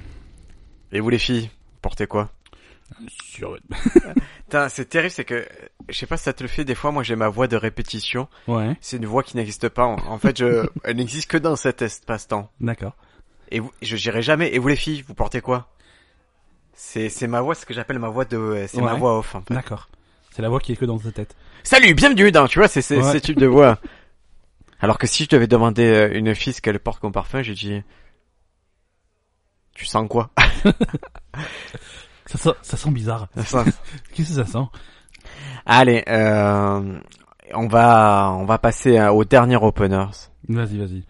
Speaker 2: Et vous les filles, vous portez quoi
Speaker 1: Sur...
Speaker 2: Putain, c'est terrible, c'est que, je sais pas si ça te le fait, des fois, moi j'ai ma voix de répétition.
Speaker 1: Ouais,
Speaker 2: C'est une voix qui n'existe pas. En, en fait, je, elle n'existe que dans cet espace-temps.
Speaker 1: d'accord.
Speaker 2: Et vous, je dirai jamais. Et vous les filles, vous portez quoi C'est, c'est ma voix, ce que j'appelle ma voix de, c'est ma
Speaker 1: Ouais.
Speaker 2: voix off, en fait.
Speaker 1: D'accord. C'est la voix qui est que dans ta tête.
Speaker 2: Salut, bienvenue dans, tu vois, c'est, c'est,
Speaker 1: Ouais.
Speaker 2: ce type de voix. Alors que si je devais demander euh, une fille ce qu'elle porte comme parfum, j'ai dit, tu sens quoi
Speaker 1: Ça sent, ça sent bizarre. Qu'est-ce que ça sent
Speaker 2: Allez, euh, on va, on va passer euh, au dernier openers.
Speaker 1: Vas-y, vas-y.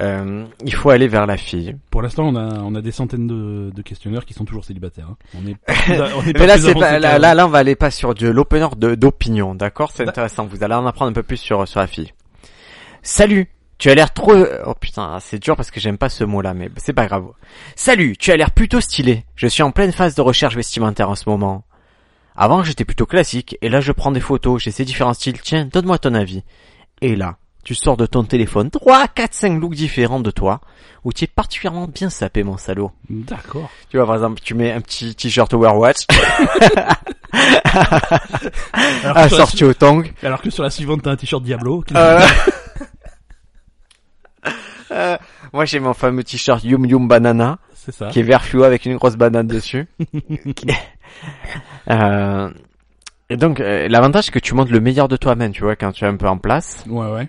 Speaker 2: Euh, il faut aller vers la fille.
Speaker 1: Pour l'instant, on a, on a des centaines de, de questionneurs qui sont toujours célibataires. hein. On est, pas plus- on est pas
Speaker 2: Mais là,
Speaker 1: plus
Speaker 2: c'est
Speaker 1: avancé
Speaker 2: pas, là,
Speaker 1: qu'avant.
Speaker 2: là, là, on va aller pas sur de l'opener de- d'opinion, d'accord C'est
Speaker 1: Bah-
Speaker 2: intéressant. Vous allez en apprendre un peu plus sur sur la fille. Salut. Tu as l'air trop. Oh putain, c'est dur parce que j'aime pas ce mot-là, mais c'est pas grave. Salut. Tu as l'air plutôt stylé. Je suis en pleine phase de recherche vestimentaire en ce moment. Avant, j'étais plutôt classique, et là, je prends des photos, j'essaie différents styles. Tiens, donne-moi ton avis. Et là, tu sors de ton téléphone 3, 4, 5 looks différents de toi, où tu es particulièrement bien sapé, mon salaud.
Speaker 1: D'accord.
Speaker 2: Tu vois, par exemple, tu mets un petit t-shirt Overwatch,
Speaker 1: Alors,
Speaker 2: ah,
Speaker 1: que sur la
Speaker 2: sorti au tang.
Speaker 1: su- alors que sur la suivante, t'as un t-shirt Diablo.
Speaker 2: Euh, euh, moi, j'ai mon fameux t-shirt Yum Yum Banana,
Speaker 1: C'est ça.
Speaker 2: qui est vert fluo avec une grosse banane dessus. Qui- Euh, et donc, euh, l'avantage, c'est que tu montes le meilleur de toi-même, tu vois, quand tu es un peu en place.
Speaker 1: Ouais, ouais.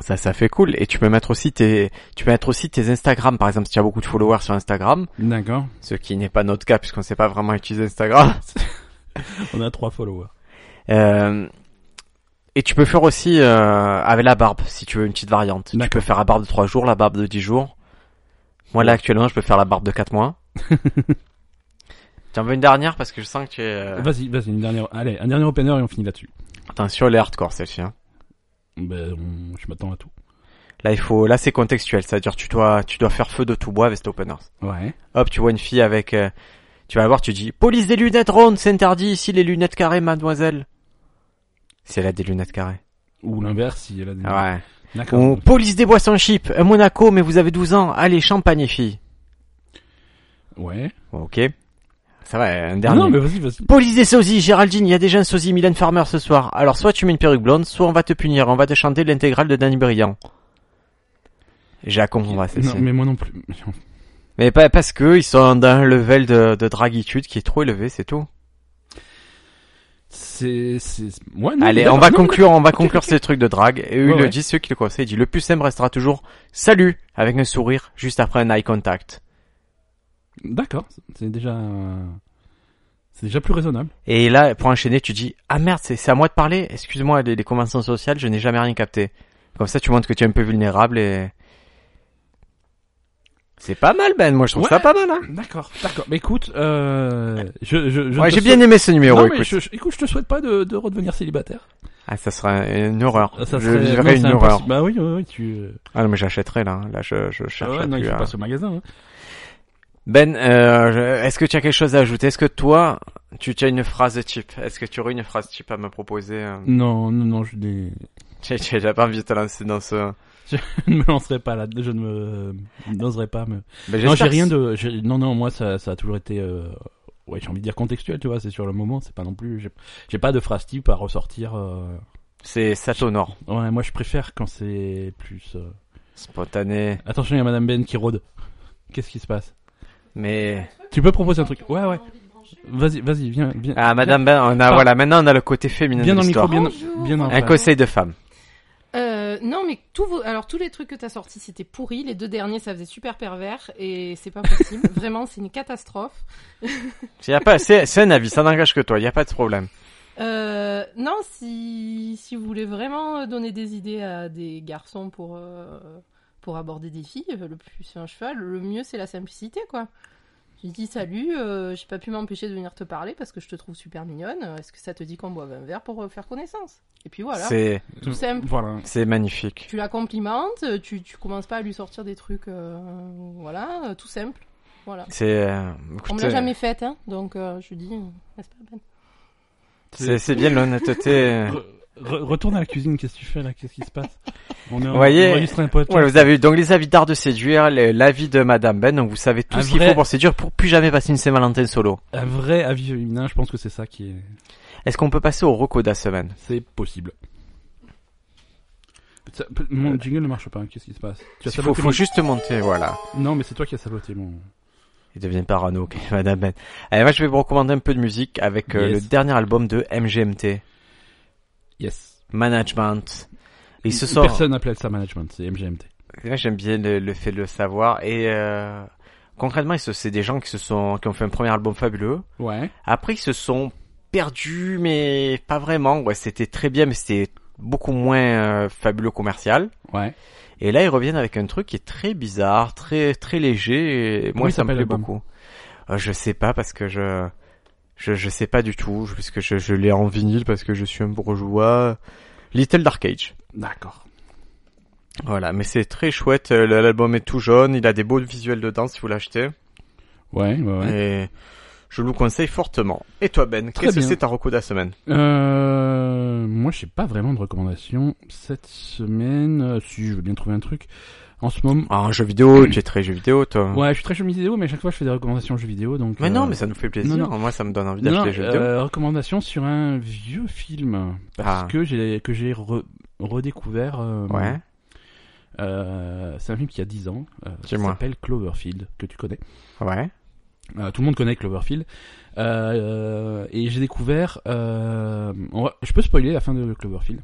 Speaker 2: Ça, ça fait cool. Et tu peux mettre aussi tes, tu peux mettre aussi tes Instagram, par exemple, si tu as beaucoup de followers sur Instagram,
Speaker 1: D'accord.
Speaker 2: ce qui n'est pas notre cas, puisqu'on sait pas vraiment utiliser Instagram.
Speaker 1: On a trois followers.
Speaker 2: Euh, et tu peux faire aussi euh, avec la barbe, si tu veux une petite variante. Tu
Speaker 1: D'accord.
Speaker 2: peux faire la barbe de 3 jours, la barbe de 10 jours. Moi là actuellement, je peux faire la barbe de 4 mois. T'en veux une dernière parce que je sens que tu es... euh,
Speaker 1: Vas-y, vas-y, une dernière. Allez, un dernier opener et on finit là-dessus.
Speaker 2: Attention, les hardcore celle-ci. hein.
Speaker 1: Ben, on- je m'attends à tout.
Speaker 2: Là, il faut... là c'est contextuel, c'est-à-dire tu dois... tu dois faire feu de tout bois avec cet opener.
Speaker 1: Ouais.
Speaker 2: Hop, tu vois une fille avec... euh, Tu vas la voir, tu dis « Police des lunettes rondes, c'est interdit ici les lunettes carrées, mademoiselle. » C'est là des lunettes carrées.
Speaker 1: Ou l'inverse, si elle a des...
Speaker 2: Ouais.
Speaker 1: D'accord.
Speaker 2: On police des boissons cheap, un Monaco, mais vous avez 12 ans, allez, champagne et filles.
Speaker 1: Ouais.
Speaker 2: Bon, ok. Ça va, un
Speaker 1: Ah
Speaker 2: dernier.
Speaker 1: non, mais vas-y, vas-y.
Speaker 2: Police des sosies, Géraldine, il y a déjà un sosie Mylène Farmer ce soir. Alors soit tu mets une perruque blonde, soit on va te punir, on va te chanter l'intégrale de Danny Brillant. J'ai la comprendre, ça,
Speaker 1: non,
Speaker 2: bah, c'est-
Speaker 1: mais moi non plus.
Speaker 2: Mais pas parce que ils sont d'un level de, de draguitude qui est trop élevé, c'est tout.
Speaker 1: C'est, c'est, ouais, non,
Speaker 2: Allez,
Speaker 1: mais
Speaker 2: on va
Speaker 1: d'accord. Non,
Speaker 2: conclure, on va conclure ces trucs de drague. Et eux,
Speaker 1: Ouais,
Speaker 2: ils le
Speaker 1: ouais.
Speaker 2: disent, ceux qui le conseillent, ils disent le plus simple restera toujours salut avec un sourire juste après un eye contact.
Speaker 1: mais- D'accord. C'est déjà, euh, c'est déjà plus raisonnable.
Speaker 2: Et là, pour enchaîner, tu dis Ah merde, c'est c'est à moi de parler Excuse-moi, les, les conventions sociales, je n'ai jamais rien capté. Comme ça, tu montres que tu es un peu vulnérable et. C'est pas mal, Ben. Moi, je trouve
Speaker 1: Ouais.
Speaker 2: ça pas mal. Hein.
Speaker 1: D'accord, d'accord. Mais écoute, euh, je, je, je
Speaker 2: Ouais,
Speaker 1: te
Speaker 2: j'ai
Speaker 1: souhaite-
Speaker 2: bien aimé ce numéro.
Speaker 1: Non, mais
Speaker 2: écoute.
Speaker 1: je, je- écoute, je te souhaite pas de, de redevenir célibataire.
Speaker 2: Ah, ça serait une horreur.
Speaker 1: Ça
Speaker 2: je
Speaker 1: serait- non,
Speaker 2: vivrais
Speaker 1: c'est
Speaker 2: une horreur.
Speaker 1: impossible. Bah oui, oui, oui, tu.
Speaker 2: Ah non, mais j'achèterais là. Là, je, je
Speaker 1: Ah
Speaker 2: cherche.
Speaker 1: ouais, non, il
Speaker 2: plus,
Speaker 1: faut
Speaker 2: hein.
Speaker 1: pas ce magasin. hein.
Speaker 2: Ben, euh, je- est-ce que tu as quelque chose à ajouter Est-ce que toi, tu, tu as une phrase type Est-ce que tu aurais une phrase type à me proposer euh
Speaker 1: Non, non, non, je n'ai-
Speaker 2: J'ai j'ai- j'ai pas envie de te lancer dans ce. Ben,
Speaker 1: je ne me lancerai pas là. Je ne me n'oserai pas me.
Speaker 2: Ben,
Speaker 1: Non, j'ai
Speaker 2: j'espère que-
Speaker 1: rien de. j'ai- Non, non, moi ça, ça a toujours été. euh, Ouais, j'ai envie de dire contextuel, tu vois. C'est sur le moment. C'est pas non plus. j'ai- J'ai pas de phrase type à ressortir. euh.
Speaker 2: C'est ça t'honore.
Speaker 1: Ouais, moi je préfère quand c'est plus. euh,
Speaker 2: Spontané.
Speaker 1: Attention, il y a Madame Ben qui rôde. Qu'est-ce qui se passe
Speaker 2: Mais
Speaker 1: Tu peux proposer un truc Ouais, ouais. Vas-y, vas-y, viens, viens.
Speaker 2: ah madame Ben, on a
Speaker 1: Par-
Speaker 2: voilà, maintenant on a le côté féminin
Speaker 1: Bien
Speaker 2: de
Speaker 1: dans le micro,
Speaker 2: l'histoire.
Speaker 1: bien,
Speaker 3: Bonjour.
Speaker 1: bien dans
Speaker 2: Un conseil de femme.
Speaker 3: Euh, non, mais tous vos... alors tous les trucs que t'as sortis, c'était pourri. Les deux derniers, ça faisait super pervers et c'est pas possible. Vraiment, c'est une catastrophe.
Speaker 2: Y a pas c'est c'est un avis, ça n'engage que toi, il y a pas de problème.
Speaker 3: Euh, non, si si vous voulez vraiment euh, donner des idées à des garçons pour euh, pour aborder des filles, euh, le plus c'est un cheval, le mieux c'est la simplicité, quoi. Je lui dis salut, euh, j'ai pas pu m'empêcher de venir te parler parce que je te trouve super mignonne. Euh, Est-ce que ça te dit qu'on boive un verre pour euh, faire connaissance Et puis voilà,
Speaker 2: C'est
Speaker 3: tout simple.
Speaker 1: Voilà.
Speaker 2: c'est magnifique.
Speaker 3: tu la complimentes, tu, tu commences pas à lui sortir des trucs, euh, voilà, euh, tout simple. Voilà.
Speaker 2: C'est, euh,
Speaker 3: On me
Speaker 2: écoute,
Speaker 3: l'a jamais faite, hein, donc euh, je dis, euh, c'est pas la peine.
Speaker 2: c'est, c'est bien l'honnêteté.
Speaker 1: Re- re- retourne à la cuisine, qu'est-ce que tu fais là Qu'est-ce qui se passe On est en
Speaker 2: Vous voyez,
Speaker 1: on enregistre un podcast.
Speaker 2: Ouais, vous avez eu donc les avis d'art de séduire, les- l'avis de Madame Ben, donc vous savez tout
Speaker 1: Un
Speaker 2: ce qu'il
Speaker 1: vrai-
Speaker 2: faut pour séduire pour plus jamais passer une Saint-Valentin solo.
Speaker 1: Un vrai avis féminin, je pense que c'est ça qui est.
Speaker 2: Est-ce qu'on peut passer au Rocco de la semaine
Speaker 1: C'est possible. Ça- p- Mon jingle ne marche pas, hein. qu'est-ce qui se passe Tu as
Speaker 2: Il Euh. faut,
Speaker 1: saboté
Speaker 2: faut
Speaker 1: mon-
Speaker 2: juste monter, voilà.
Speaker 1: Non, mais c'est toi qui as saboté mon.
Speaker 2: Il devient parano, ok, Madame Ben. Allez, moi je vais vous recommander un peu de musique avec euh,
Speaker 1: Yes.
Speaker 2: le dernier album de MGMT,
Speaker 1: Yes.
Speaker 2: Management. Il se sort...
Speaker 1: Personne n'appelait ça management, c'est MGMT.
Speaker 2: C'est vrai que j'aime bien le, le fait de le savoir. Et euh, concrètement, ils se- c'est des gens qui se sont qui ont fait un premier album fabuleux.
Speaker 1: Ouais.
Speaker 2: Après, ils se sont perdus, mais pas vraiment. Ouais, c'était très bien, mais c'était beaucoup moins euh, fabuleux commercial.
Speaker 1: Ouais.
Speaker 2: Et là, ils reviennent avec un truc qui est très bizarre, très très léger. Et
Speaker 1: Comment
Speaker 2: moi,
Speaker 1: il
Speaker 2: ça me
Speaker 1: s'appelle
Speaker 2: plaît
Speaker 1: l'album
Speaker 2: beaucoup. Euh, je sais pas parce que je je je sais pas du tout, je- parce que je, je l'ai en vinyle parce que je suis un bourgeois. Little Dark Age.
Speaker 1: D'accord.
Speaker 2: Voilà, mais c'est très chouette. euh, le- L'album est tout jaune, il a des beaux visuels dedans si vous l'achetez.
Speaker 1: Ouais, ouais, ouais.
Speaker 2: Et je vous le conseille fortement. Et toi Ben,
Speaker 1: Très
Speaker 2: qu'est-ce que
Speaker 1: bien.
Speaker 2: c'est ta reco de la semaine
Speaker 1: Euh, moi, je sais pas vraiment de recommandations cette semaine. Euh, Si, je veux bien trouver un truc. En ce moment.
Speaker 2: Ah, un jeu vidéo, tu es très jeu vidéo toi.
Speaker 1: Ouais, je suis très jeu vidéo, mais à chaque fois, je fais des recommandations jeux vidéo, donc.
Speaker 2: Hein. Mais non,
Speaker 1: euh,
Speaker 2: mais ça nous fait plaisir.
Speaker 1: non,
Speaker 2: Moi, ça me donne envie
Speaker 1: Non,
Speaker 2: d'acheter des jeux vidéo.
Speaker 1: euh, recommandation sur un vieux film parce
Speaker 2: Ah.
Speaker 1: que j'ai que j'ai re- redécouvert. euh,
Speaker 2: Ouais.
Speaker 1: euh, c'est un film qui a 10 ans. Euh, qui
Speaker 2: Dis-moi.
Speaker 1: s'appelle Cloverfield que tu connais.
Speaker 2: Ouais.
Speaker 1: Euh, tout le monde connaît Cloverfield. Euh, euh, et j'ai découvert. euh, on va- je peux spoiler la fin de Cloverfield.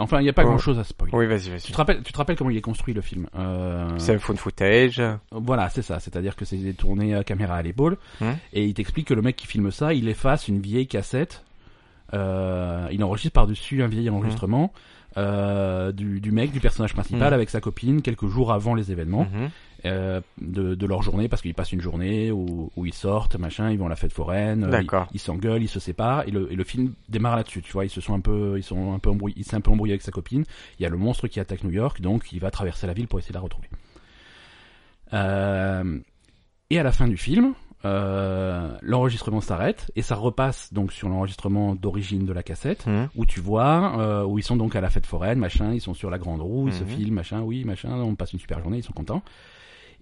Speaker 1: Enfin, il n'y a pas
Speaker 2: Oh.
Speaker 1: grand chose à spoiler.
Speaker 2: Oui, vas-y, vas-y.
Speaker 1: Tu te rappelles, tu te rappelles comment il est construit le film Euh,
Speaker 2: C'est un phone footage.
Speaker 1: Voilà, c'est ça. C'est-à-dire que c'est tourné à caméra à l'épaule,
Speaker 2: Hmm.
Speaker 1: et il t'explique que le mec qui filme ça, il efface une vieille cassette. euh, il enregistre par-dessus un vieil enregistrement euh, du, du mec, du personnage principal,
Speaker 2: Hmm.
Speaker 1: avec sa copine, quelques jours avant les événements
Speaker 2: Mhm.
Speaker 1: euh, de, de leur journée, parce qu'ils passent une journée où, où ils sortent, machin, ils vont à la fête foraine, euh, ils,
Speaker 2: D'accord.
Speaker 1: ils s'engueulent, ils se séparent, et le, et le film démarre là-dessus. Tu vois, ils se sont un peu, ils sont un peu embrouillés, il s'est un peu embrouillé avec sa copine. Il y a le monstre qui attaque New York, donc il va traverser la ville pour essayer de la retrouver. Euh, et à la fin du film, euh, l'enregistrement s'arrête et ça repasse donc sur l'enregistrement d'origine de la cassette
Speaker 2: Mhm.
Speaker 1: où tu vois, euh, où ils sont donc à la fête foraine, machin, ils sont sur la grande roue, ils se
Speaker 2: Mhm.
Speaker 1: filment, machin, oui, machin, on passe une super journée, ils sont contents.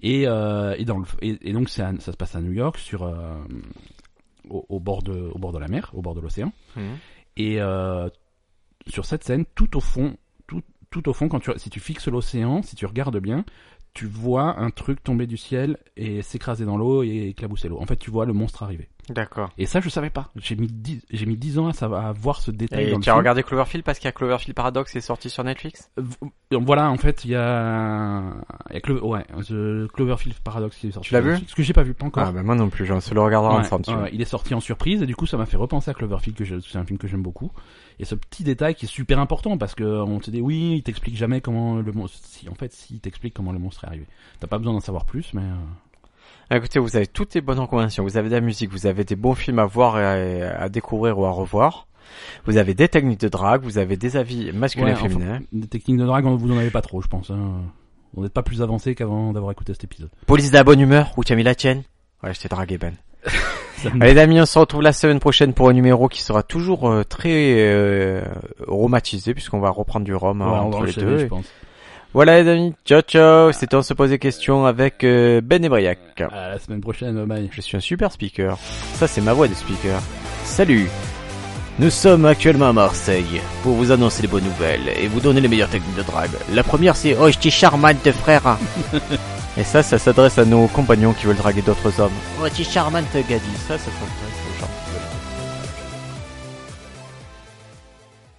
Speaker 1: Et, euh, et, dans le, et, et donc c'est à- ça se passe à New York, sur euh, au, au bord de au bord de la mer, au bord de l'océan.
Speaker 2: Mhm.
Speaker 1: Et euh, sur cette scène, tout au fond, tout, tout au fond, quand tu, si tu fixes l'océan, si tu regardes bien, tu vois un truc tomber du ciel et s'écraser dans l'eau et éclabousser l'eau. En fait, tu vois le monstre arriver.
Speaker 2: D'accord.
Speaker 1: Et ça, je savais pas. J'ai mis 10 j'ai mis dix ans à, savoir- à voir ce détail.
Speaker 2: Et
Speaker 1: dans le
Speaker 2: tu as
Speaker 1: film.
Speaker 2: regardé Cloverfield parce qu'il y a Cloverfield Paradox c'est sorti sur Netflix
Speaker 1: Donc Euh, voilà, en fait, il y a, il y a Clo- ouais, The Cloverfield Paradox qui est sorti.
Speaker 2: Tu l'as vu
Speaker 1: Ce que j'ai pas vu, pas encore.
Speaker 2: Ah, ben moi non plus, genre, on se le regardera
Speaker 1: Ouais,
Speaker 2: ensemble. tu vois.
Speaker 1: ouais, il est sorti en surprise et du coup ça m'a fait repenser à Cloverfield que je- c'est un film que j'aime beaucoup et ce petit détail qui est super important parce que on te dit oui il t'explique jamais comment le monstre si en fait si il t'explique comment le monstre est arrivé t'as pas besoin d'en savoir plus mais euh,
Speaker 2: Ah, Écoutez, vous avez toutes les bonnes recommandations. Vous avez de la musique, vous avez des bons films à voir et à, à découvrir ou à revoir. Vous avez des techniques de drague, vous avez des avis masculins
Speaker 1: ouais,
Speaker 2: et
Speaker 1: enfin,
Speaker 2: féminins.
Speaker 1: des techniques de drague on- vous en avez pas trop je pense hein. on n'est pas plus avancé qu'avant d'avoir écouté cet épisode
Speaker 2: Police de la bonne humeur, où tu as mis la tienne Ouais, je t'ai dragué, Ben.
Speaker 1: Ça me-
Speaker 2: Allez, les amis, on se retrouve la semaine prochaine pour un numéro qui sera toujours euh, très euh, romatisé, puisqu'on va reprendre du rhum hein,
Speaker 1: Ouais, on va
Speaker 2: entre les
Speaker 1: enchaîner,
Speaker 2: deux.
Speaker 1: je pense
Speaker 2: Voilà, les amis, ciao, ciao. C'était On se pose des questions avec euh, Ben et Briac.
Speaker 1: à la semaine prochaine bye
Speaker 2: Je suis un super speaker. Ça, c'est ma voix de speaker. Salut Nous sommes actuellement à Marseille pour vous annoncer les bonnes nouvelles et vous donner les meilleures techniques de drague. La première, c'est Oh, je t'ai charmante, frère Et ça, ça s'adresse à nos compagnons qui veulent draguer d'autres hommes. Oh, je t'ai charmante, Gadi. Ça, ça s'adresse aux gens qui veulent draguer.